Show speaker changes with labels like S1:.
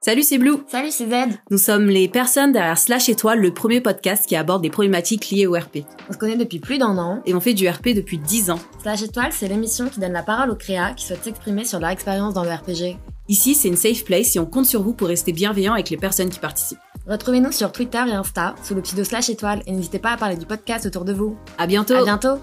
S1: Salut, c'est Blue.
S2: Salut, c'est Z.
S1: Nous sommes les personnes derrière Slash Étoile, le premier podcast qui aborde des problématiques liées au RP.
S2: On se connaît depuis plus d'un an.
S1: Et on fait du RP depuis 10 ans.
S2: Slash Étoile, c'est l'émission qui donne la parole aux créas qui souhaitent s'exprimer sur leur expérience dans le RPG.
S1: Ici, c'est une safe place et on compte sur vous pour rester bienveillant avec les personnes qui participent.
S2: Retrouvez-nous sur Twitter et Insta sous le pseudo Slash Étoile et n'hésitez pas à parler du podcast autour de vous.
S1: À bientôt.
S2: À bientôt.